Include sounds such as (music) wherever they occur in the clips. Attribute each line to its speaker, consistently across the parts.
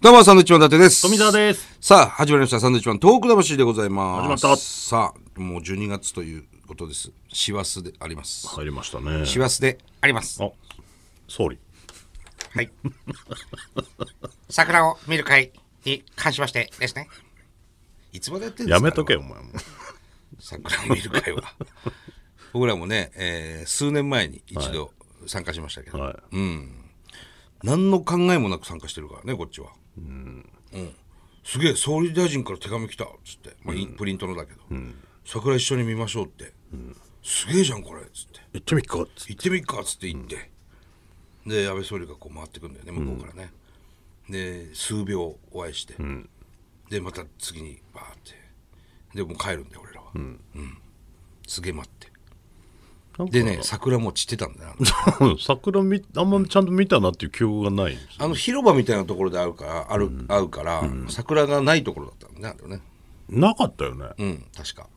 Speaker 1: どうも、サンドウィッチマン伊達です。
Speaker 2: 富澤です。
Speaker 1: さあ、始まりました。サンドウィッチマントーク魂でございます。
Speaker 2: 始まった
Speaker 1: さあ、もう12月ということです。師走であります。
Speaker 2: 入りましたね。
Speaker 1: 師走であります。
Speaker 2: あ、総理。
Speaker 1: はい。 (laughs) 桜を見る会に関しましてですね。いつまでやってんです
Speaker 2: や
Speaker 1: か
Speaker 2: めとけ、
Speaker 1: あ
Speaker 2: お前も。
Speaker 1: れは桜を見る会
Speaker 2: (laughs)
Speaker 1: は。僕らもね、えー数年前に一度参加しましたけど、
Speaker 2: は
Speaker 1: 何の考えもなく参加してるからねこっちはうん、すげえ総理大臣から手紙来たっつって、まあいプリントのだけど、桜一緒に見ましょうって、すげえじゃんこれっつって
Speaker 2: い。行ってみっか、つって
Speaker 1: 行ってみっかっつって行って、で安倍総理がこう回ってくんだよね向こうからね、で数秒お会いして、でまた次にバーってでもう帰るんだよ俺らは、うんすげえ待って
Speaker 2: なんか
Speaker 1: でね桜もう散ってたんだよあの
Speaker 2: (laughs) 桜み、あんまちゃんと見たなっていう記憶がないんですよ
Speaker 1: あの広場みたいなところで会うから、ある会うから、桜がないところだったんだねあれね。
Speaker 2: なかったよね。
Speaker 1: うん、確か。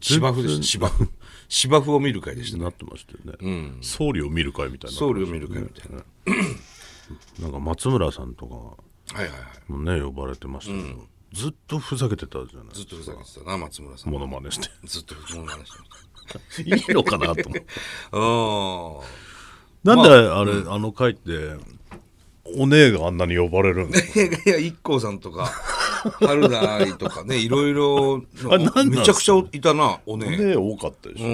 Speaker 1: 芝生でした、芝生。芝生を見る会でしたね。
Speaker 2: なってましたよね。総理を見る会みたいな。
Speaker 1: ソウルを見る会みたいな。
Speaker 2: なんか松村さんとか
Speaker 1: はいはいはい。
Speaker 2: もね、呼ばれてましたけど、ずっとふざけてたじゃない
Speaker 1: ずっとふざけてたな、松村さん。
Speaker 2: モノマネして。
Speaker 1: ずっと物まねしてまし
Speaker 2: いいのかなと (laughs) 思って。
Speaker 1: た。う
Speaker 2: なんであれ、あの会って、お姉があんなに呼ばれるん (laughs) ですか
Speaker 1: ん。いやいや、一 k さんとか、春菜愛とかね、いろいろ
Speaker 2: あなんな
Speaker 1: の、
Speaker 2: んすか
Speaker 1: めちゃくちゃいたな、お
Speaker 2: お
Speaker 1: ね
Speaker 2: 姉多かったでし
Speaker 1: え。
Speaker 2: ょ。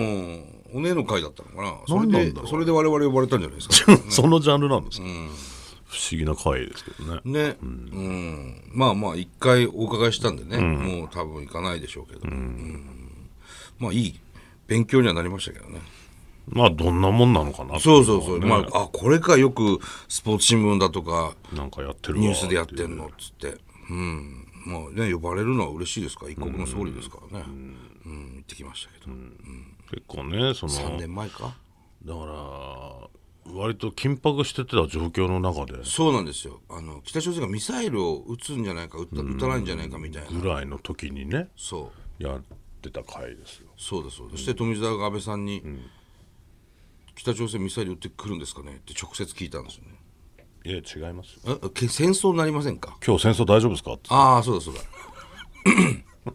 Speaker 1: うん。おねえの会だったのかな。それ
Speaker 2: なんなん
Speaker 1: で
Speaker 2: だろ、う
Speaker 1: それで我々呼ばれたんじゃないですか。
Speaker 2: そのジャンルなんですか。不思議な会ですけどね。
Speaker 1: ね、うん、まあまあ一回お伺いしたんでね、もう多分行かないでしょうけど、うんまあいい勉強にはなりましたけどね。
Speaker 2: まあどんなもんなのかな
Speaker 1: そうそうそう、
Speaker 2: ね
Speaker 1: まああこれかよくスポーツ新聞だとか
Speaker 2: なんかやってるわ
Speaker 1: ニュースでやってんのっつって、うん、まあね呼ばれるのは嬉しいですから一国の総理ですからね、うん行ってきましたけど、
Speaker 2: 結構ねその
Speaker 1: 3年前か。
Speaker 2: だから割と緊迫してた状況の中で
Speaker 1: そうなんですよあの北朝鮮がミサイルを撃つんじゃないか撃た撃たないんじゃないかみたいな、
Speaker 2: ぐらいの時にね
Speaker 1: そう
Speaker 2: やってた回ですよ
Speaker 1: そうだそうだ、そして富澤が安倍さんに、北朝鮮ミサイル撃ってくるんですかねって直接聞いたんですよね
Speaker 2: いや違いますよ
Speaker 1: えけ戦争になりませんか
Speaker 2: 今日戦争大丈夫ですかって
Speaker 1: ああそうだそうだ (coughs)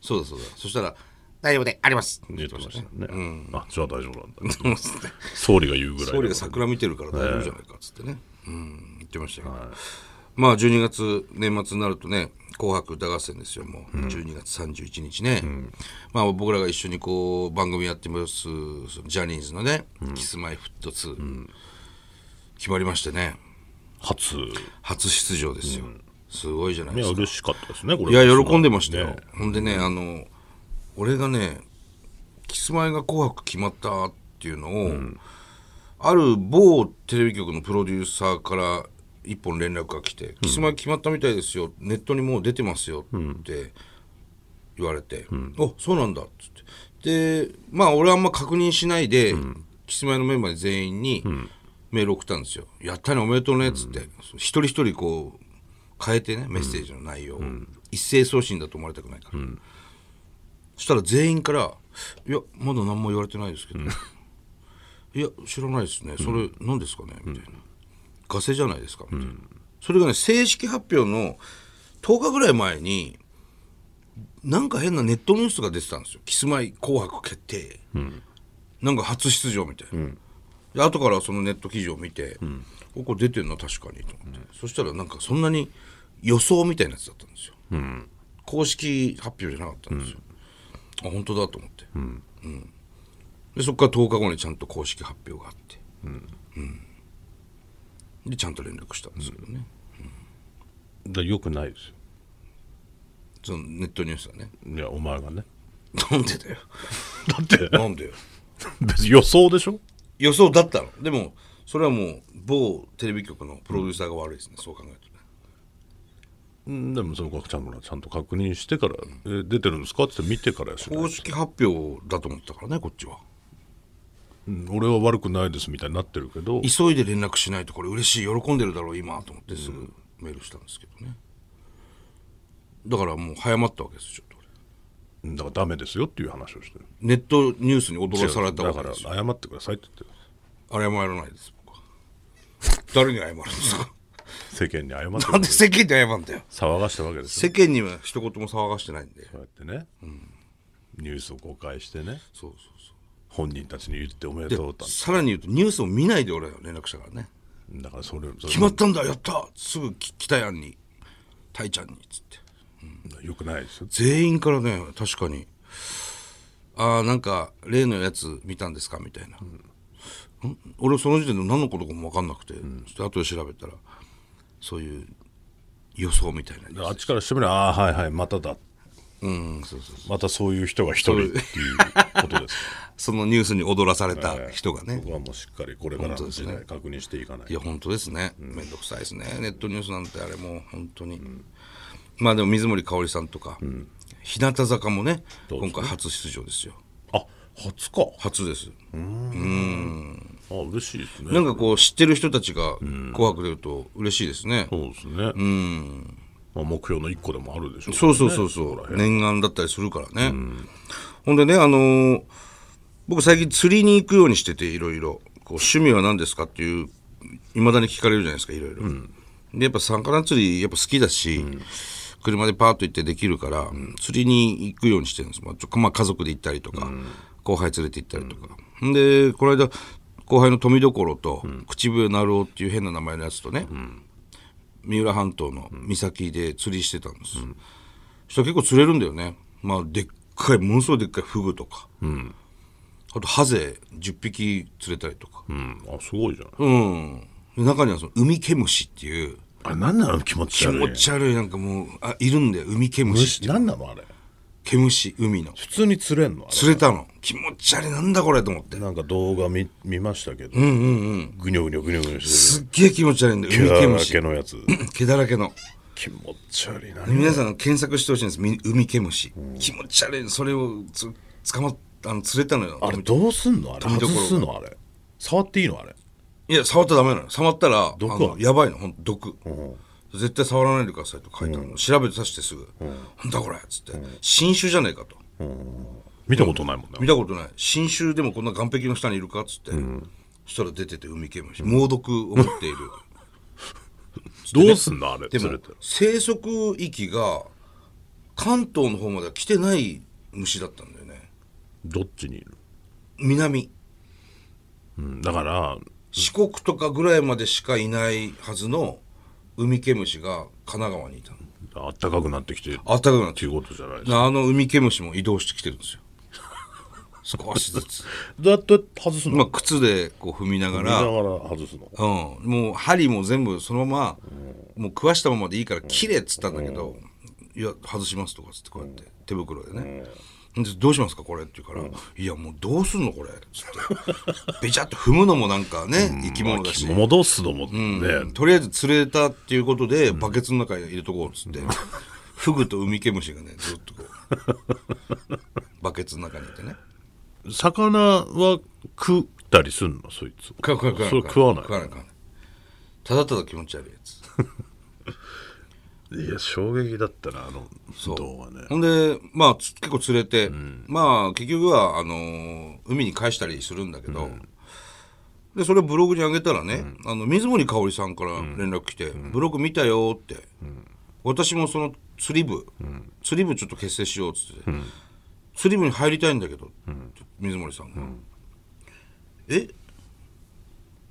Speaker 1: そうだそうだそしたら大丈夫でありますって
Speaker 2: 言
Speaker 1: 言
Speaker 2: っ
Speaker 1: っててま
Speaker 2: ま
Speaker 1: し
Speaker 2: し
Speaker 1: たた
Speaker 2: よ
Speaker 1: ね
Speaker 2: ね、あじゃあ大丈夫なんだ
Speaker 1: そう
Speaker 2: 総理が言うぐらい
Speaker 1: 総理
Speaker 2: の
Speaker 1: が桜見てるから大丈夫じゃないかっつってね、うん言ってましたけど、まあ12月年末になるとね「紅白歌合戦」ですよもう、12月31日ね、まあ僕らが一緒にこう番組やってますそのジャニーズのね「キスマイフット2、決まりましてね
Speaker 2: 初
Speaker 1: 初出場ですよ、すごいじゃない
Speaker 2: い
Speaker 1: で
Speaker 2: や
Speaker 1: すか
Speaker 2: 嬉しかったですねこ
Speaker 1: い
Speaker 2: れ
Speaker 1: や喜んでましたよ、
Speaker 2: ね
Speaker 1: ほんでねあの俺がねキスマイが「紅白」決まったっていうのを、ある某テレビ局のプロデューサーから一本連絡が来て「キスマイ決まったみたいですよネットにもう出てますよ」って言われて「おそうなんだ」っつってでまあ俺はあんま確認しないで、キスマイのメンバー全員にメール送ったんですよ「やったねおめでとうね」っつって、そう一人一人こう変えてねメッセージの内容を、一斉送信だと思われたくないから、そしたら全員から「いやまだ何も言われてないですけど」 (laughs) いや知らないですねそれ何ですかね」みたいな「ガセじゃないですか」みたいな、それがね正式発表の10日ぐらい前になんか変なネットニュースが出てたんですよ「キスマイ紅白決定」なんか初出場みたいな、で後からそのネット記事を見て、おこれ出てんな確かにと思って、そしたらなんかそんなに予想みたいなやつだったんですよ、公式発表じゃなかったんですよ、あ本当だと思って、うんでそこから10日後にちゃんと公式発表があって、うんでちゃんと連絡したんですけどね、
Speaker 2: だよくないです
Speaker 1: そのネットニュースはね (laughs)
Speaker 2: よいやお前がね
Speaker 1: なんでだよ (laughs)
Speaker 2: だって
Speaker 1: なんでよ
Speaker 2: 別に予想でしょ
Speaker 1: 予想だったのでもそれはもう某テレビ局のプロデューサーが悪いですね、そう考えるとね
Speaker 2: うんでもそのちゃんとちゃんと確認してから、え出てるんですかって見てからやしない
Speaker 1: 公式発表だと思ったからねこっちは
Speaker 2: うん俺は悪くないですみたいになってるけど
Speaker 1: 急いで連絡しないとこれ嬉しい喜んでるだろう今と思ってすぐメールしたんですけどねだからもう早まったわけですよちょっと俺
Speaker 2: だからダメですよっていう話をしてる
Speaker 1: ネットニュースに踊らされた
Speaker 2: だ
Speaker 1: わ
Speaker 2: か
Speaker 1: け
Speaker 2: ら
Speaker 1: ですよ
Speaker 2: 謝ってくださいって言ってる
Speaker 1: あれ謝らないです僕は誰に謝るんですか
Speaker 2: 世間に謝って
Speaker 1: (laughs) なんで世間に謝んだよ
Speaker 2: 騒がしたわけです
Speaker 1: 世
Speaker 2: よ
Speaker 1: 間には一言も騒がしてないんで
Speaker 2: こうやってね、ニュースを誤解してね
Speaker 1: そうそう
Speaker 2: 本人たちに言っておめでとう
Speaker 1: そう
Speaker 2: と
Speaker 1: さらに言うとニュースを見ないで俺は連絡したからね
Speaker 2: だからそれそれ
Speaker 1: 決まったんだやったすぐき来たやんにタイちゃんにつって
Speaker 2: よくないですよ
Speaker 1: 全員からね確かに「ああんか例のやつ見たんですか?」みたいな、ん俺その時点で何のことかも分かんなくて、そして後で調べたらそういう予想みたいな
Speaker 2: あっちからしてみればああはいはいまただ
Speaker 1: うんそうそう
Speaker 2: またそういう人が一人っていうことです
Speaker 1: そのニュースに踊らされた人がね、
Speaker 2: 僕はもうしっかりこれから
Speaker 1: 本当
Speaker 2: の
Speaker 1: です
Speaker 2: 時
Speaker 1: ね
Speaker 2: 代確認していかない
Speaker 1: いや本当ですね、めんどくさいですねネットニュースなんてあれもう本当に、まあでも水森かおりさんとか、日向坂もね
Speaker 2: そう
Speaker 1: 今
Speaker 2: ですね
Speaker 1: 回初出場ですよ
Speaker 2: あ初か
Speaker 1: 初です
Speaker 2: あ嬉しいですね
Speaker 1: なんかこう知ってる人たちが「紅白」出ると嬉しいですね、
Speaker 2: そうですねまあ、目標の一個でもあるでしょう
Speaker 1: そうそうそうそう念願だったりするからね、ほんでねあのー僕最近釣りに行くようにしてていろいろこう趣味は何ですかっていういまだに聞かれるじゃないですかいろいろ、でやっぱ魚釣りやっぱ好きだし、車でパーッと行ってできるから、釣りに行くようにしてるんです、まあちょまあ、家族で行ったりとか、後輩連れて行ったりとか、ん、でこの間後輩の富所と、口笛なるおっていう変な名前のやつとね、三浦半島の岬で釣りしてたんです、そしたら結構釣れるんだよねまあでっかいものすごいでっかいフグとか、あとハゼ10匹釣れたりとか
Speaker 2: うんあすごいじゃない
Speaker 1: うんで中にはそのウミケムシっていう
Speaker 2: あれ何なの気持ち
Speaker 1: 気
Speaker 2: 悪い
Speaker 1: 持ち悪いなんかもうあいるんだよウミケムシ
Speaker 2: 虫何なのあれ
Speaker 1: ケムシ海の
Speaker 2: 普通に釣れんのあ
Speaker 1: 釣れたの気持ち悪いなんだこれと思って
Speaker 2: れなんか動画見見ましたけど、ぐにょぐにょぐにょぐにょして
Speaker 1: すっげえ気持ち悪いんだよウミ
Speaker 2: る
Speaker 1: ケ
Speaker 2: 毛
Speaker 1: ム
Speaker 2: だ
Speaker 1: シ
Speaker 2: けのやつ
Speaker 1: 毛だらけの
Speaker 2: 気持ち悪いな
Speaker 1: 皆さん検索してほしいんですみウミケムシ気持ち悪いそれをつ捕まっあの釣れたのよ
Speaker 2: あれどうすんのあれ
Speaker 1: 所
Speaker 2: 外すのあれ触っていいのあれ
Speaker 1: いや、触ったらダメなの。触ったら、
Speaker 2: 毒
Speaker 1: あのやばいの、ほんと毒、
Speaker 2: ん
Speaker 1: 絶対触らないでくださいと書いてあるの。調べてさしてすぐ。なんだこれっつって、新種じゃねえかと。
Speaker 2: 見たことないもんね、
Speaker 1: 見たことない。新種でもこんな岸壁の下にいるかっつって。そしたら出てて海ケムシ。猛毒を持っている。
Speaker 2: どうすんのあれ
Speaker 1: で
Speaker 2: 釣
Speaker 1: も
Speaker 2: れて、
Speaker 1: 生息域が関東の方までは来てない虫だったんだよね。
Speaker 2: どっちにいる、
Speaker 1: 南。
Speaker 2: うん、だから
Speaker 1: 四国とかぐらいまでしかいないはずの海ケムシが神奈川にいたの。
Speaker 2: あったかくなってきてっ
Speaker 1: あったかくなって
Speaker 2: ていうことじゃないですか
Speaker 1: なあのウミケムシも移動してきてるんです (laughs) よ少しずつ
Speaker 2: どうやって外すの
Speaker 1: まあ靴でこう踏みなが
Speaker 2: 見
Speaker 1: ら
Speaker 2: ながら外すの
Speaker 1: うん、もう針も全部そのまま、もう食わしたままでいいから切れっつったんだけど、いや外しますとかっつってこうやって、手袋でね、でどうしますかこれって言うから、いやもうどうすんのこれっつってべちゃっと踏むのもなんかね、生き物だし、
Speaker 2: 戻すのもね、
Speaker 1: とりあえず釣れたっていうことで、バケツの中に入れとこうっつって、フグとウミケムシがねずっとこうバケツの中にいてね
Speaker 2: 魚は食ったりすんのそいつ
Speaker 1: 食わ食わ食わ
Speaker 2: それ食わない
Speaker 1: 食わない食わないただただ気持ち悪いやつ
Speaker 2: いや衝撃だったなあの
Speaker 1: う
Speaker 2: 動画ね
Speaker 1: ほんでまあつ結構釣れて、まあ結局はあのー海に返したりするんだけど、でそれをブログに上げたらね、あの水森かおりさんから連絡来て、ブログ見たよって、私もその釣り部、釣り部ちょっと結成しようっつって、釣り部に入りたいんだけど、水森さんが、え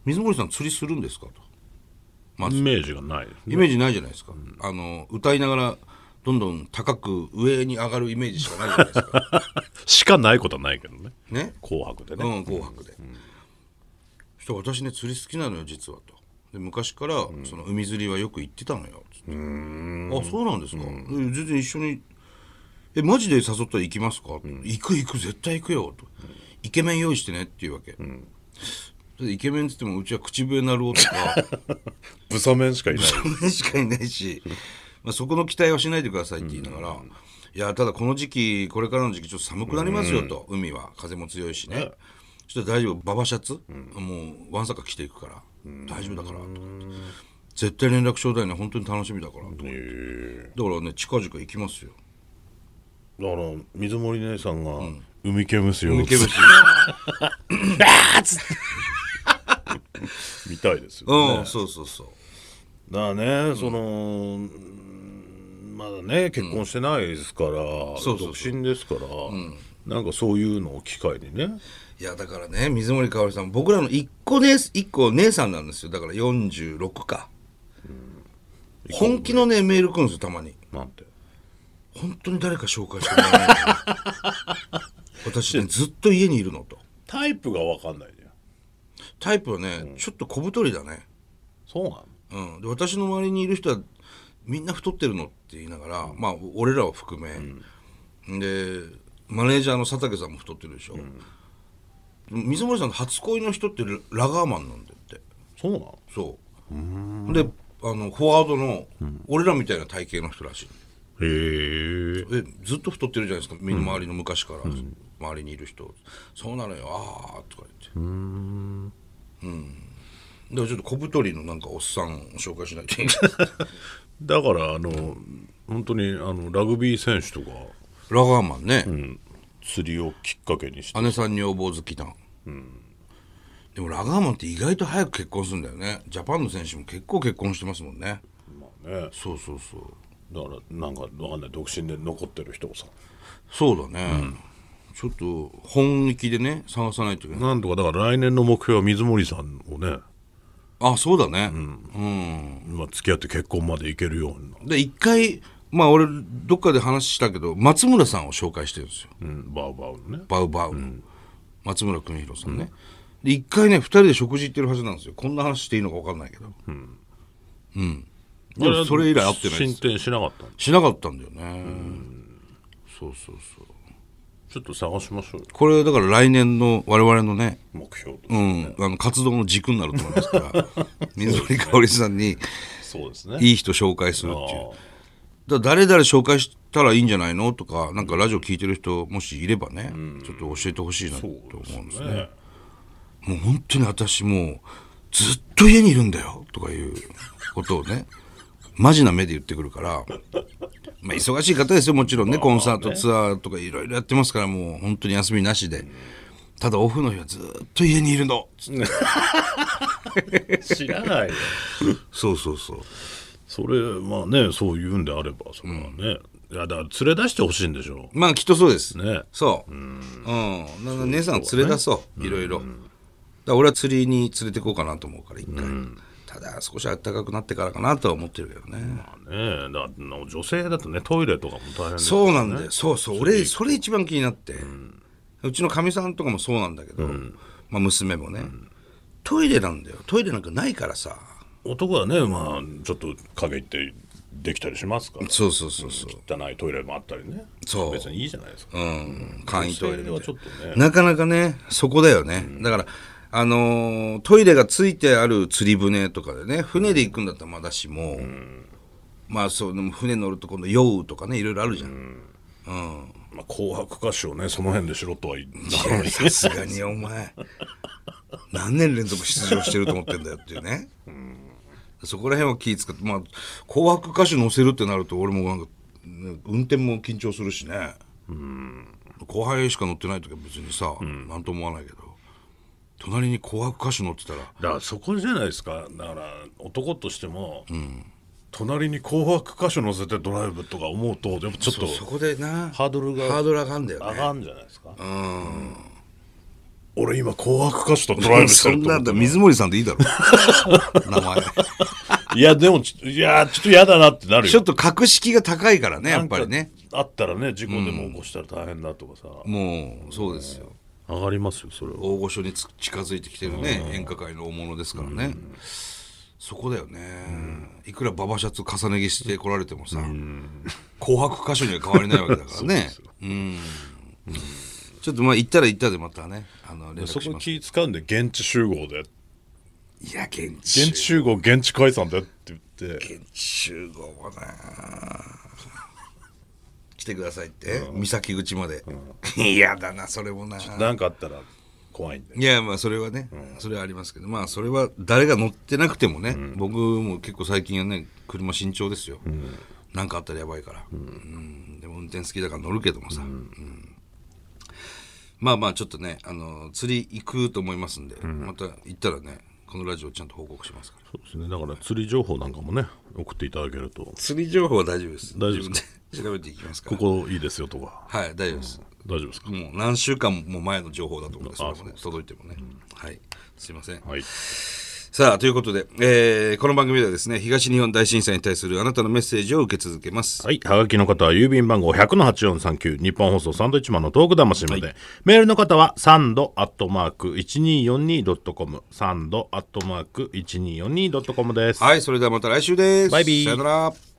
Speaker 1: 水森さん釣りするんですかと
Speaker 2: イメージがないです
Speaker 1: イメージないじゃないですか、あの歌いながらどんどん高く上に上がるイメージしかないじゃないですか
Speaker 2: しかないことはないけどね
Speaker 1: ね
Speaker 2: 紅白で
Speaker 1: う
Speaker 2: ね、
Speaker 1: ん「紅白で」そしたら私ね釣り好きなのよ実は」と。で昔から、その海釣りはよく行ってたのよつってあそうなんですか、え全然一緒に「えマジで誘ったら行きますか行く行く絶対行くよ」と、イケメン用意してね」っていうわけ、でイケメンっつってもうちは口笛なるおとか
Speaker 2: ブサメンしかいない
Speaker 1: 少年しかいないし、まあ、そこの期待はしないでくださいって言いながら、いやただこの時期これからの時期ちょっと寒くなりますよと、海は風も強いしね、ちょっと大丈夫ババシャツ、もうわんさか着ていくから、大丈夫だからとか言って絶対連絡ちょうだいね本当に楽しみだからとか言って、だからね近々行きますよ
Speaker 2: だから水森姉さんが「海ケムスよ」
Speaker 1: 海けぶし
Speaker 2: みたいですよ
Speaker 1: うん、
Speaker 2: ね
Speaker 1: そうそうそう
Speaker 2: だからね、そのうんまだね結婚してないですから、
Speaker 1: そうそうそう
Speaker 2: 独身ですから、なんかそういうのを機会にね
Speaker 1: いやだからね水森かおりさん僕らの一個ね一個姉さんなんですよだから46か、本気のねメール来るんですよたまに
Speaker 2: なんて
Speaker 1: 本当に誰か紹介してもらえないかな (laughs) 私ねずっと家にいるのと
Speaker 2: タイプが分かんないじゃん
Speaker 1: タイプはね、ちょっと小太りだね、
Speaker 2: そうなの
Speaker 1: うん、で私の周りにいる人はみんな太ってるのって言いながら、まあ俺らを含め、でマネージャーの佐竹さんも太ってるでしょ、水森さんの初恋の人ってラガーマンなんだって
Speaker 2: そうなの
Speaker 1: そうであのフォワードの俺らみたいな体型の人らしい、
Speaker 2: へえ
Speaker 1: えずっと太ってるじゃないですかみんな周りの昔から、周りにいる人そうなのよああとか言ってうんだからちょっと小太りのなんかおっさんを紹介しないといけ (laughs) ない
Speaker 2: だからあの、本当にあのラグビー選手とか、
Speaker 1: ラガーマンね、
Speaker 2: 釣りをきっかけにして
Speaker 1: 姉さん女房好きだ、でもラガーマンって意外と早く結婚するんだよねジャパンの選手も結構結婚してますもんね
Speaker 2: まあね
Speaker 1: そうそうそう
Speaker 2: だからなんかわかんない独身で残ってる人をさ
Speaker 1: そうだね、ちょっと本気でね探さないといけない
Speaker 2: なんとかだから来年の目標は水森さんをね、
Speaker 1: あそうだね
Speaker 2: まあ、付き合って結婚までいけるような、
Speaker 1: で一回まあ俺どっかで話したけど松村さんを紹介してるんですよ
Speaker 2: うん、バウバウのね
Speaker 1: バウバウの、松村邦弘さんね、で一回ね二人で食事行ってるはずなんですよこんな話していいのか分かんないけどうん、でもそれ以来会ってないで
Speaker 2: 進
Speaker 1: す
Speaker 2: 展しなかったの
Speaker 1: しなかったんだよね、そうそうそう
Speaker 2: ちょっと探しましょうよ
Speaker 1: これだから来年の我々のね
Speaker 2: 目標と、
Speaker 1: うん、あの活動の軸になると思いますから (laughs) 水森かおりさんに
Speaker 2: そうですね
Speaker 1: いい人紹介するっていうだから誰々紹介したらいいんじゃないのとかなんかラジオ聞いてる人もしいればね、ちょっと教えてほしいなと思うんですね
Speaker 2: ね
Speaker 1: もう本当に私もうずっと家にいるんだよとかいうことをねマジな目で言ってくるから、まあ、忙しい方ですよもちろんねコンサートツアーとかいろいろやってますからもう本当に休みなしでただオフの日はずっと家にいるのつって
Speaker 2: 知らないよ
Speaker 1: そうそうそう
Speaker 2: それまあねそう言うんであればそれはね、いやだから連れ出してほしいんでしょ
Speaker 1: まあきっとそうです
Speaker 2: うね
Speaker 1: そう。うん。なんか姉さん連れ出そう。いろいろ。だから俺は釣りに連れて行こうかなと思うから、一回。ただ、少し暖かくなってからかなとは思ってるけどね。
Speaker 2: まあねだから女性だとねトイレとかも大変です
Speaker 1: そうなんだよ。そうそう。俺、それ一番気になって。うちのかみさんとかもそうなんだけど、まあ娘もね。トイレなんだよ。トイレなんかないからさ。
Speaker 2: 男はねまあちょっと影行ってできたりしますから
Speaker 1: そうそうそうそう。
Speaker 2: 汚いトイレもあったりね
Speaker 1: そう
Speaker 2: 別にいいじゃないですか、
Speaker 1: うん。簡易トイレみたいな
Speaker 2: 女性はちょっとね
Speaker 1: なかなかね、そこだよね。だから、あのートイレがついてある釣り船とかでね、船で行くんだったらまだしも、まあそう、でも船乗ると今度酔うとかね、いろいろあるじゃん。
Speaker 2: まあ、紅白歌手をねその辺でしろとは言ったのに
Speaker 1: いやさすがにお前、何年連続出場してると思ってんだよっていうね。そこら辺は気使って、まあ、紅白歌手乗せるってなると、俺もなんか、ね運転も緊張するしね。後輩しか乗ってない時は別にさ、なんとも思わないけど、隣に紅白歌手乗ってたら、
Speaker 2: だからそこじゃないですかだから男としても、隣に紅白歌手乗せてドライブとか思うとでもちょっと
Speaker 1: そこでな
Speaker 2: ハードルが
Speaker 1: ハードル上がんだよ
Speaker 2: 上
Speaker 1: ね
Speaker 2: がんじゃないですか、うん俺今紅白歌手とドライブして
Speaker 1: そ
Speaker 2: る
Speaker 1: ん
Speaker 2: と思
Speaker 1: な
Speaker 2: っ
Speaker 1: ん
Speaker 2: て
Speaker 1: だ水森さんでいいだろ
Speaker 2: (laughs)
Speaker 1: 名前
Speaker 2: いやでもちょいやちょっと嫌だなってなるよ
Speaker 1: ちょっと格式が高いからねやっぱりね
Speaker 2: あったらね事故でも起こしたら大変だとかさ、
Speaker 1: もうそうですよ
Speaker 2: 上がりますよそれは
Speaker 1: 大御所につ近づいてきてるね演歌界の大物ですからねそこだよねいくらババシャツ重ね着してこられてもさ紅白歌手には変わりないわけだ
Speaker 2: (laughs)
Speaker 1: からねうんちょっとまあ行ったら行ったでまたねあの連
Speaker 2: そ
Speaker 1: 絡し
Speaker 2: こ
Speaker 1: ます
Speaker 2: 気掴んで現地集合で
Speaker 1: いや現
Speaker 2: 現
Speaker 1: 地
Speaker 2: 地集合現地解散でって言って
Speaker 1: 現地集合もな来てくださいって、三崎口まで、 (laughs) いやだなそれもな
Speaker 2: なんかあったら怖いんで
Speaker 1: いやまあそれはね、それはありますけどまあそれは誰が乗ってなくてもね、僕も結構最近はね車慎重ですよ、なんかあったらやばいから、うんでも運転好きだから乗るけどもさ、うんまあまあちょっとねあの釣り行くと思いますんで、また行ったらねこのラジオちゃんと報告しますから
Speaker 2: そうですねだから釣り情報なんかもね送っていただけると
Speaker 1: 釣り情報は大丈夫です
Speaker 2: 大丈夫ですか
Speaker 1: 自分で調べていきますから
Speaker 2: ここいいですよとか
Speaker 1: はい大丈夫です、
Speaker 2: 大丈夫ですか、
Speaker 1: もう何週間も前の情報だと思うんですけど
Speaker 2: あそう
Speaker 1: ね届いてもね、はいすいません、
Speaker 2: はい
Speaker 1: さあということで、えーこの番組ではですね東日本大震災に対するあなたのメッセージを受け続けます
Speaker 2: はい。はがきの方は郵便番号100-8439、日本放送サンドイッチマンのトーク魂まで、メールの方はサンドアットマーク 1242.com、サンドアットマーク 1242.com です。
Speaker 1: はい、それではまた来週です。
Speaker 2: バイビー
Speaker 1: さよなら。